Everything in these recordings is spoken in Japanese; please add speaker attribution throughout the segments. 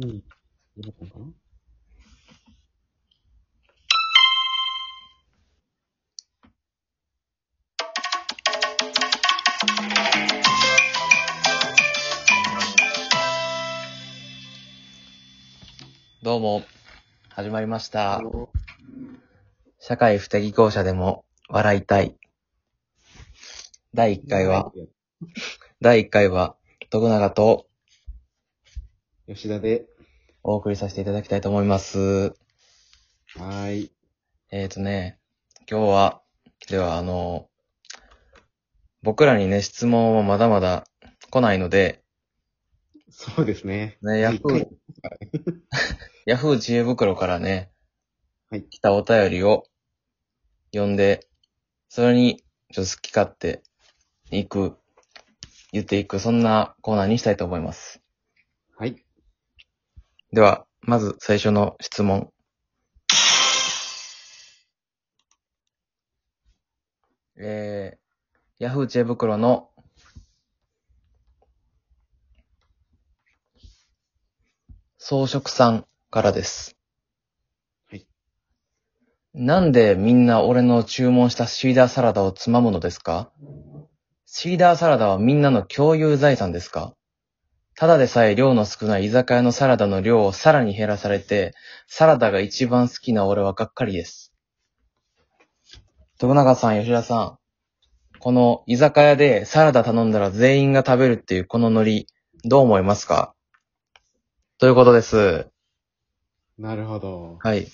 Speaker 1: うん。どこかな
Speaker 2: どうも、始まりました
Speaker 1: あ。の
Speaker 2: 社会不適合者でも笑いたい。第1回は、。第1回は、徳永と
Speaker 1: 吉田で。
Speaker 2: お送りさせていただきたいと思います。
Speaker 1: はーい。
Speaker 2: えーとね、今日は、ではあの、僕らにね、質問はまだまだ来ないので、
Speaker 1: そうですね。
Speaker 2: ね、ヤフ
Speaker 1: は
Speaker 2: ー
Speaker 1: い、
Speaker 2: ヤフー知恵袋からね、
Speaker 1: はい
Speaker 2: 来たお便りを読んで、それに、ちょっと好き勝手、いく、言っていく、そんなコーナーにしたいと思います。
Speaker 1: はい。
Speaker 2: では、まず最初の質問。えー、ヤフー知恵袋の、装飾さんからです。
Speaker 1: はい。
Speaker 2: なんでみんな俺の注文したシーダーサラダをつまむのですかシーダーサラダはみんなの共有財産ですかただでさえ量の少ない居酒屋のサラダの量をさらに減らされて、サラダが一番好きな俺はがっかりです。徳永さん、吉田さん、この居酒屋でサラダ頼んだら全員が食べるっていうこのノリ、どう思いますかということです。
Speaker 1: なるほど。
Speaker 2: はい。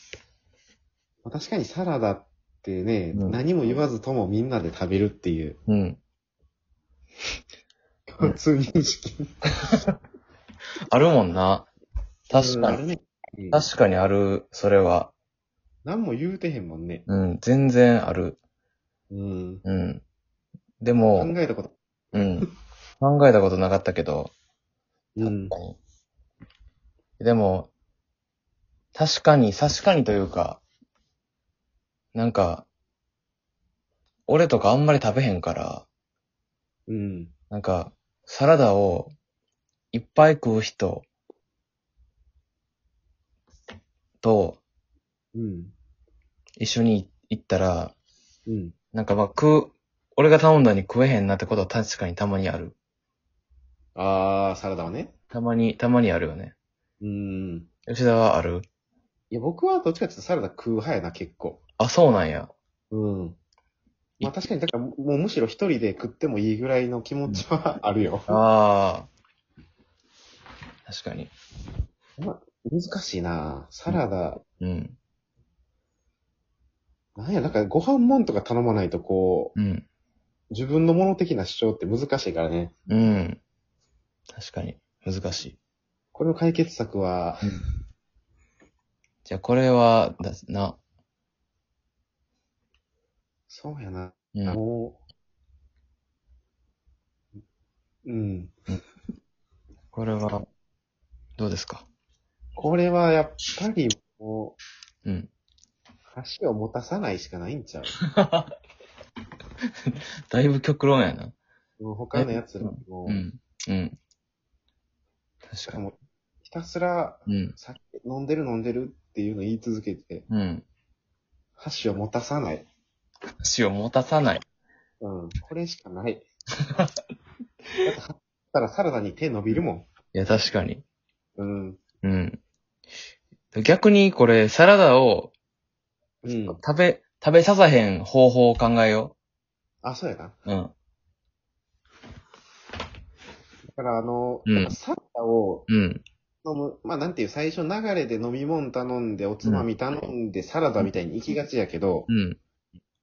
Speaker 1: まあ確かにサラダってね、
Speaker 2: うん
Speaker 1: 何も言わずともみんなで食べるっていう
Speaker 2: うん。
Speaker 1: 共通認識。
Speaker 2: あるもんな。確
Speaker 1: うん
Speaker 2: か
Speaker 1: あ
Speaker 2: に。
Speaker 1: るね。うん
Speaker 2: 確かにある、それは。
Speaker 1: 何も言うてへんもんね。
Speaker 2: うん、全然ある。
Speaker 1: うん。
Speaker 2: うん。で
Speaker 1: 考
Speaker 2: も、
Speaker 1: えたこと。
Speaker 2: うん。考えたことなかったけど、
Speaker 1: うん。
Speaker 2: 確かに。でも、確かに、確かにというか、なんか、俺とかあんまり食べへんから、
Speaker 1: うん。
Speaker 2: なんか、サラダをいっぱい食う人と
Speaker 1: うん。
Speaker 2: 一緒に行ったら、
Speaker 1: うん。
Speaker 2: なんかまあ食う、俺が頼んだのに食えへんなってことは確かにたまにある。
Speaker 1: あー、サラダはね。
Speaker 2: たまに、たまにあるよね。
Speaker 1: うん。
Speaker 2: 吉田はある
Speaker 1: いや、僕はどっちかっていうとサラダ食う派やな、結構。
Speaker 2: あ、そうなんや。
Speaker 1: うん。まあ確かに、だからもうむしろ一人で食ってもいいぐらいの気持ちはあるよ。
Speaker 2: ああ。確かに。
Speaker 1: 難しいなサラダ、
Speaker 2: うん。
Speaker 1: なんや、なんかご飯もんとか頼まないとこう、
Speaker 2: うん。
Speaker 1: 自分のもの的な主張って難しいからね。
Speaker 2: うん。確かに。難しい。
Speaker 1: これの解決策は、
Speaker 2: じゃあこれは、だな。
Speaker 1: そうやな、
Speaker 2: うん。
Speaker 1: もう、うん。
Speaker 2: これは、どうですか
Speaker 1: これはやっぱりも
Speaker 2: うん。
Speaker 1: う、箸を持たさないしかないんちゃう
Speaker 2: だいぶ極論やな。
Speaker 1: もう他のやつらも、
Speaker 2: うん。うん。確かに。
Speaker 1: もうひたすら
Speaker 2: うん。
Speaker 1: 酒飲んでる飲んでるっていうの言い続けて、
Speaker 2: うん。
Speaker 1: 箸を持たさない。
Speaker 2: 死を持たさない。
Speaker 1: うん。これしかない。だって、はったらサラダに手伸びるも
Speaker 2: いや、確かに。
Speaker 1: ん。うん。
Speaker 2: うん。逆に、これ、サラダを
Speaker 1: うん。
Speaker 2: 食べ、食べささへん方法を考えよ
Speaker 1: あ、そうやな。
Speaker 2: う。うん。
Speaker 1: だから、あの、
Speaker 2: うん
Speaker 1: なんかサラダを
Speaker 2: うん。
Speaker 1: 飲む、まあ、なんていう、最初流れで飲み物頼んで、おつまみ頼んで、サラダみたいに行きがちやけど、
Speaker 2: うん。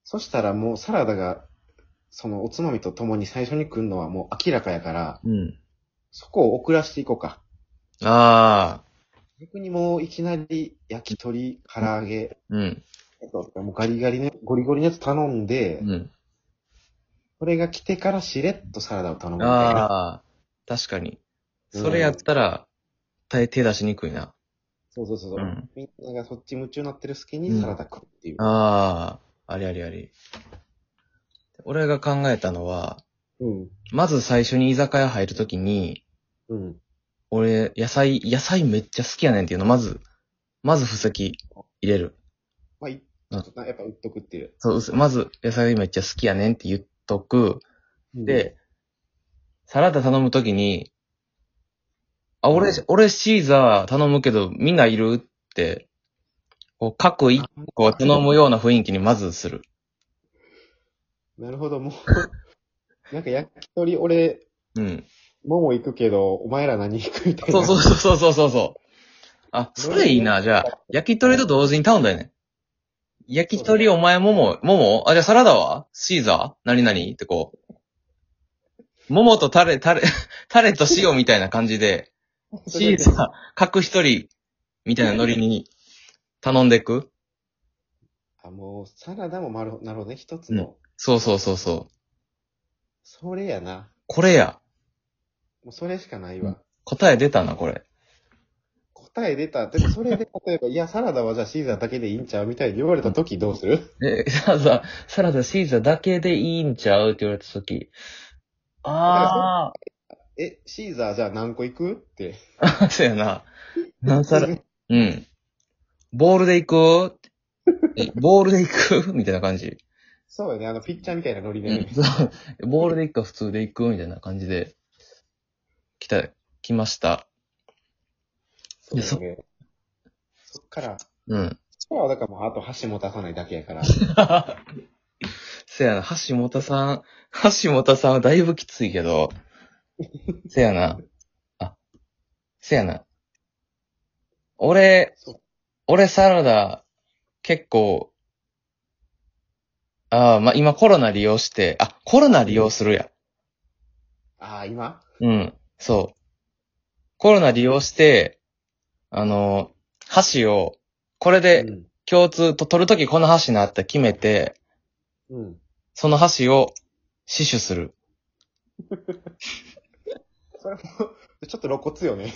Speaker 1: そしたらもうサラダが、そのおつまみと共に最初に来るのはもう明らかやから、
Speaker 2: うん。
Speaker 1: そこを遅らしていこうか。
Speaker 2: ああ。
Speaker 1: 逆にもういきなり焼き鳥、唐揚げ、
Speaker 2: うん。
Speaker 1: えっともうガリガリの、ゴリゴリのやつ頼んで、
Speaker 2: うん。
Speaker 1: これが来てからしれっとサラダを頼むみたいな。
Speaker 2: ああ、確かに。
Speaker 1: うん
Speaker 2: それやったら、手手出しにくいな。
Speaker 1: そうそうそう。
Speaker 2: う
Speaker 1: うんみんながそっち夢中になってる隙
Speaker 2: う
Speaker 1: に
Speaker 2: ん
Speaker 1: サラダ食うっていう。
Speaker 2: ああ、ありありあり。俺が考えたのは、
Speaker 1: うん。
Speaker 2: まず最初に居酒屋入るときに、
Speaker 1: うん。
Speaker 2: 俺、野菜、野菜めっちゃ好きやねんっていうの、まず、まず布石入れる。
Speaker 1: まあ、いちょっとなやっぱ売っとくっていう。
Speaker 2: そう、うすまず野菜めっちゃ好きやねんって言っとく。で、サラダ頼むときに、あ、俺、
Speaker 1: うん
Speaker 2: 俺シーザー頼むけどみんないるって、こう、各
Speaker 1: うん、
Speaker 2: 一個頼むような雰囲気にまずする。
Speaker 1: なるほど、もう、 なんか焼き鳥、俺、
Speaker 2: うん。
Speaker 1: もも行くけど、お前ら何行くみたいな。
Speaker 2: そうそうそうそうそうそう。あ、それいいな、じゃあ、焼き鳥と同時に頼んだよね。焼き鳥、お前、もも、ももあ、じゃあサラダはシーザー何々ってこう。ももとタレ、タレ、タレと塩みたいな感じで、シーザー、各一人、みたいなノリに頼んでく
Speaker 1: あ、もう、サラダもまる、なるほどね、一つの。
Speaker 2: そうそうそうそう。
Speaker 1: それやな。
Speaker 2: これや。
Speaker 1: もうそれしかないわ。
Speaker 2: うん答え出たな、これ。
Speaker 1: 答え出た。でもそれで、例えば、いや、サラダはじゃあシーザーだけでいいんちゃうみたいに言われた時どうする
Speaker 2: え、サラダ、サラダシーザーだけでいいんちゃうって言われたとき。あ
Speaker 1: え、シーザーじゃあ何個行くって。
Speaker 2: ー。そうやな。何サラ、うん。ボールで行くえボールで行くみたいな感じ。
Speaker 1: そうよね、あの、ピッチャーみたいなノリで、
Speaker 2: うん
Speaker 1: ね。
Speaker 2: そうボールで行くか普通で行くみたいな感じで、来た、来ました。
Speaker 1: そうよね。そっから、
Speaker 2: うん。
Speaker 1: そこらはだからもう、あと箸も出さないだけや から。
Speaker 2: せやな、橋本さん、橋本さんはだいぶきついけど、せやな、あ、せやな。俺
Speaker 1: そう、
Speaker 2: 俺サラダ、結構、ああ、まあ、今コロナ利用して、あ、コロナ利用するや。
Speaker 1: ああ、今
Speaker 2: うん、そう。コロナ利用して、あの、箸を、これで
Speaker 1: うん。
Speaker 2: 共通と取るときこの箸なって決めて、
Speaker 1: うん。
Speaker 2: その箸を死守する。
Speaker 1: それも、ちょっと露骨よね。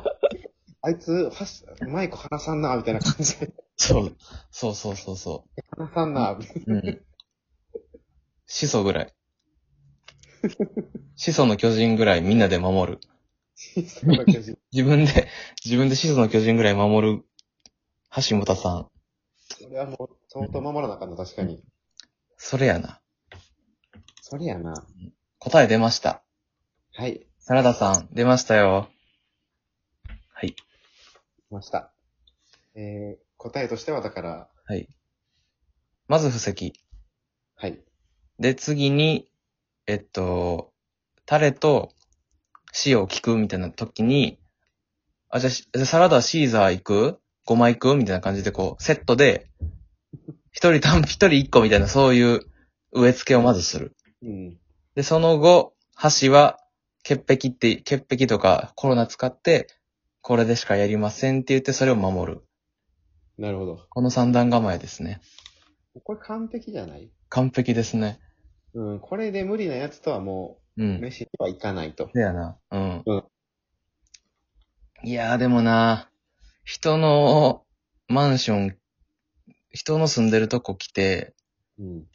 Speaker 1: あいつ、箸、マイク離さんな、みたいな感じで。
Speaker 2: そう。そうそうそうそ
Speaker 1: 離さんな、
Speaker 2: う。うん。始祖ぐらい。始祖の巨人ぐらいみんなで守る。
Speaker 1: そんな感じ
Speaker 2: 自分で、自分で始祖の巨人ぐらい守る、橋本さん。
Speaker 1: それはもう、相当守らなあかんな、確かに。
Speaker 2: それやな。
Speaker 1: それやな。
Speaker 2: 答え出ました。
Speaker 1: はい、
Speaker 2: サラダさん、出ましたよ。
Speaker 1: 来ました。えー、答えとしては、だから、
Speaker 2: まず布石。
Speaker 1: はい。
Speaker 2: で、次に、えっと、タレと塩を聞くみたいな時に、あ、じゃあし、じゃあサラダシーザー行くごま行くみたいな感じでこう、セットで、一人単、一人一個みたいな、そういう植え付けをまずする。
Speaker 1: うん。
Speaker 2: で、その後、箸は、潔癖って、潔癖とかコロナ使って、これでしかやりませんって言ってそれを守る。
Speaker 1: なるほど。
Speaker 2: この三段構えですね。
Speaker 1: これ完璧じゃない
Speaker 2: 完璧ですね。
Speaker 1: うん、これで無理なやつとはも
Speaker 2: う
Speaker 1: う、
Speaker 2: ん。
Speaker 1: 飯にはいかないと。
Speaker 2: だよな。うん。
Speaker 1: うん
Speaker 2: いやーでもな、人のマンション、人の住んでるとこ来て、
Speaker 1: うん。
Speaker 2: 立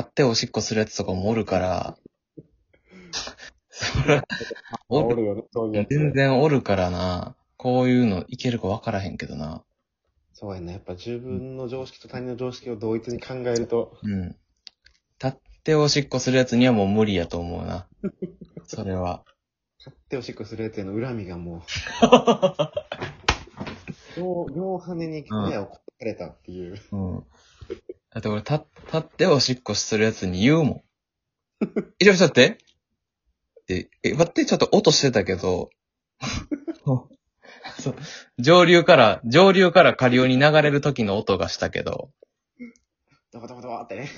Speaker 2: っておしっこするやつとかもおるから、そ ら、お
Speaker 1: お
Speaker 2: る、
Speaker 1: るよね、そういうやつ。
Speaker 2: 全然おるからな、こういうのいけるかわからへんけどな。
Speaker 1: そうやな、やっぱ自分の常識と他人の常識を同一に考えると、
Speaker 2: うん。立っておしっこするやつにはもう無理やと思うな。それ は。
Speaker 1: 手をしっこするやつへの恨みがもう、両、両羽に目をこかれたっていう。
Speaker 2: うん。だって俺、立立っておしっこするやつに言うもん。 いらっしゃってって、え、待って、ちょっと音してたけど、 そう上流から、上流から下流に流れる時の音がしたけど、
Speaker 1: ドバドバドバってね。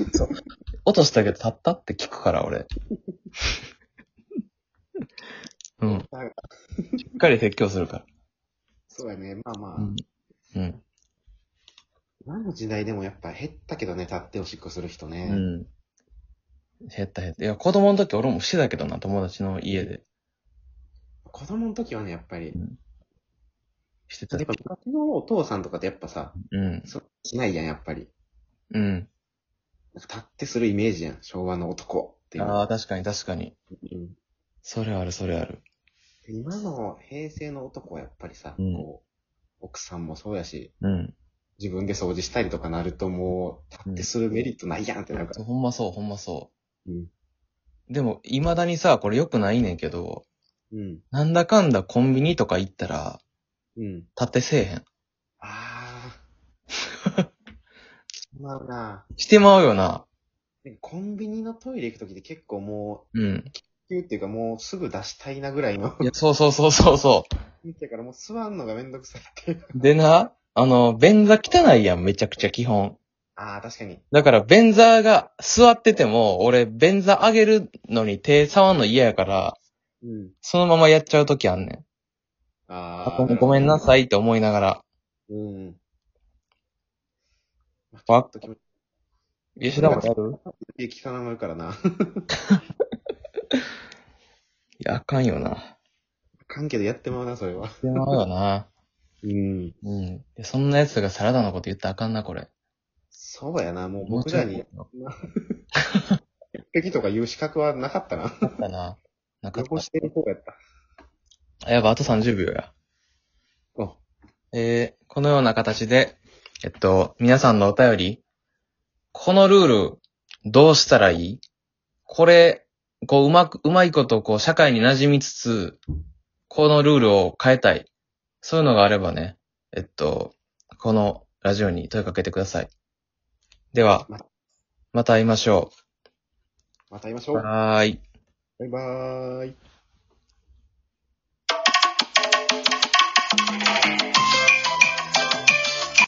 Speaker 2: 音したけど立ったって聞くから、 俺。うん。しっかり説教するか
Speaker 1: そうやね、まあまあ
Speaker 2: ら。、うん。
Speaker 1: 今の時代でもやっぱ減ったけどね、立っておしっこする人
Speaker 2: う
Speaker 1: ね。
Speaker 2: ん。減った減った。いや、子供の時俺もしてたけどな、友達の家で。
Speaker 1: 子供の時はね、やっぱり、
Speaker 2: してた
Speaker 1: やっ。ぱ昔のお父さんとかってやっぱさ、
Speaker 2: うん。
Speaker 1: そうしないやん、やっぱり。
Speaker 2: うん。
Speaker 1: なんか立ってするイメージやん、昭和の男っていう。
Speaker 2: ああ、確かに確かに。
Speaker 1: うん
Speaker 2: それある、それある。
Speaker 1: 今の平成の男はやっぱりさ、
Speaker 2: うん
Speaker 1: こう、奥さんもそうやし、
Speaker 2: うん。
Speaker 1: 自分で掃除したりとかなるともう、立ってするメリットないやんってなるから。
Speaker 2: ほんまそう、ほんまそ
Speaker 1: うん。
Speaker 2: う。でも、未だにさ、これ良くないねんけど、
Speaker 1: うん。
Speaker 2: なんだかんだコンビニとか行ったら、
Speaker 1: うん。
Speaker 2: 立ってせえへん。
Speaker 1: あ ー。まあな
Speaker 2: してまうよな。
Speaker 1: コンビニのトイレ行くときって結構も
Speaker 2: うん。
Speaker 1: う、急っていうかもうすぐ出したいなぐらいの。
Speaker 2: いや、そうそうそうそうそ
Speaker 1: 見てからもう座んのがめんどくさいっていう。
Speaker 2: う。でな、あの、便座汚いやん、めちゃくちゃ基本。
Speaker 1: あー、確かに。
Speaker 2: だから、便座が座ってても、俺、便座上げるのに手触んの嫌やから、
Speaker 1: うん。
Speaker 2: そのままやっちゃうときあんねん。
Speaker 1: あ
Speaker 2: あ
Speaker 1: ー。
Speaker 2: ごめんな
Speaker 1: なる
Speaker 2: さいって思いながら。
Speaker 1: ほどうん。まあ
Speaker 2: わ
Speaker 1: ちょっと気持ち
Speaker 2: 吉田もやる
Speaker 1: いい気からなるからな。
Speaker 2: いや、あかんよな。
Speaker 1: 関係でやってまうな、それは。
Speaker 2: してまうよな。
Speaker 1: うん。
Speaker 2: うん。でそんな奴がサラダのこと言ったらあかんな、これ。
Speaker 1: そうやな、もう僕らに
Speaker 2: も、うち
Speaker 1: 敵とか言う資格はなかったな。
Speaker 2: ょっとあったな。なかっ
Speaker 1: 残してる方やった。
Speaker 2: た。あやばい、あと30秒や。
Speaker 1: あ、
Speaker 2: えー、このような形で、えっと、皆さんのお便り、このルール、どうしたらいいこれ、こう、うまく、うまいこと、こう、社会に馴染みつつ、このルールを変えたい。そういうのがあればね、えっと、このラジオに問いかけてください。では
Speaker 1: ま、
Speaker 2: また会いましょ
Speaker 1: また会いまし
Speaker 2: う。
Speaker 1: ょう。
Speaker 2: はーい。
Speaker 1: バイバーイ。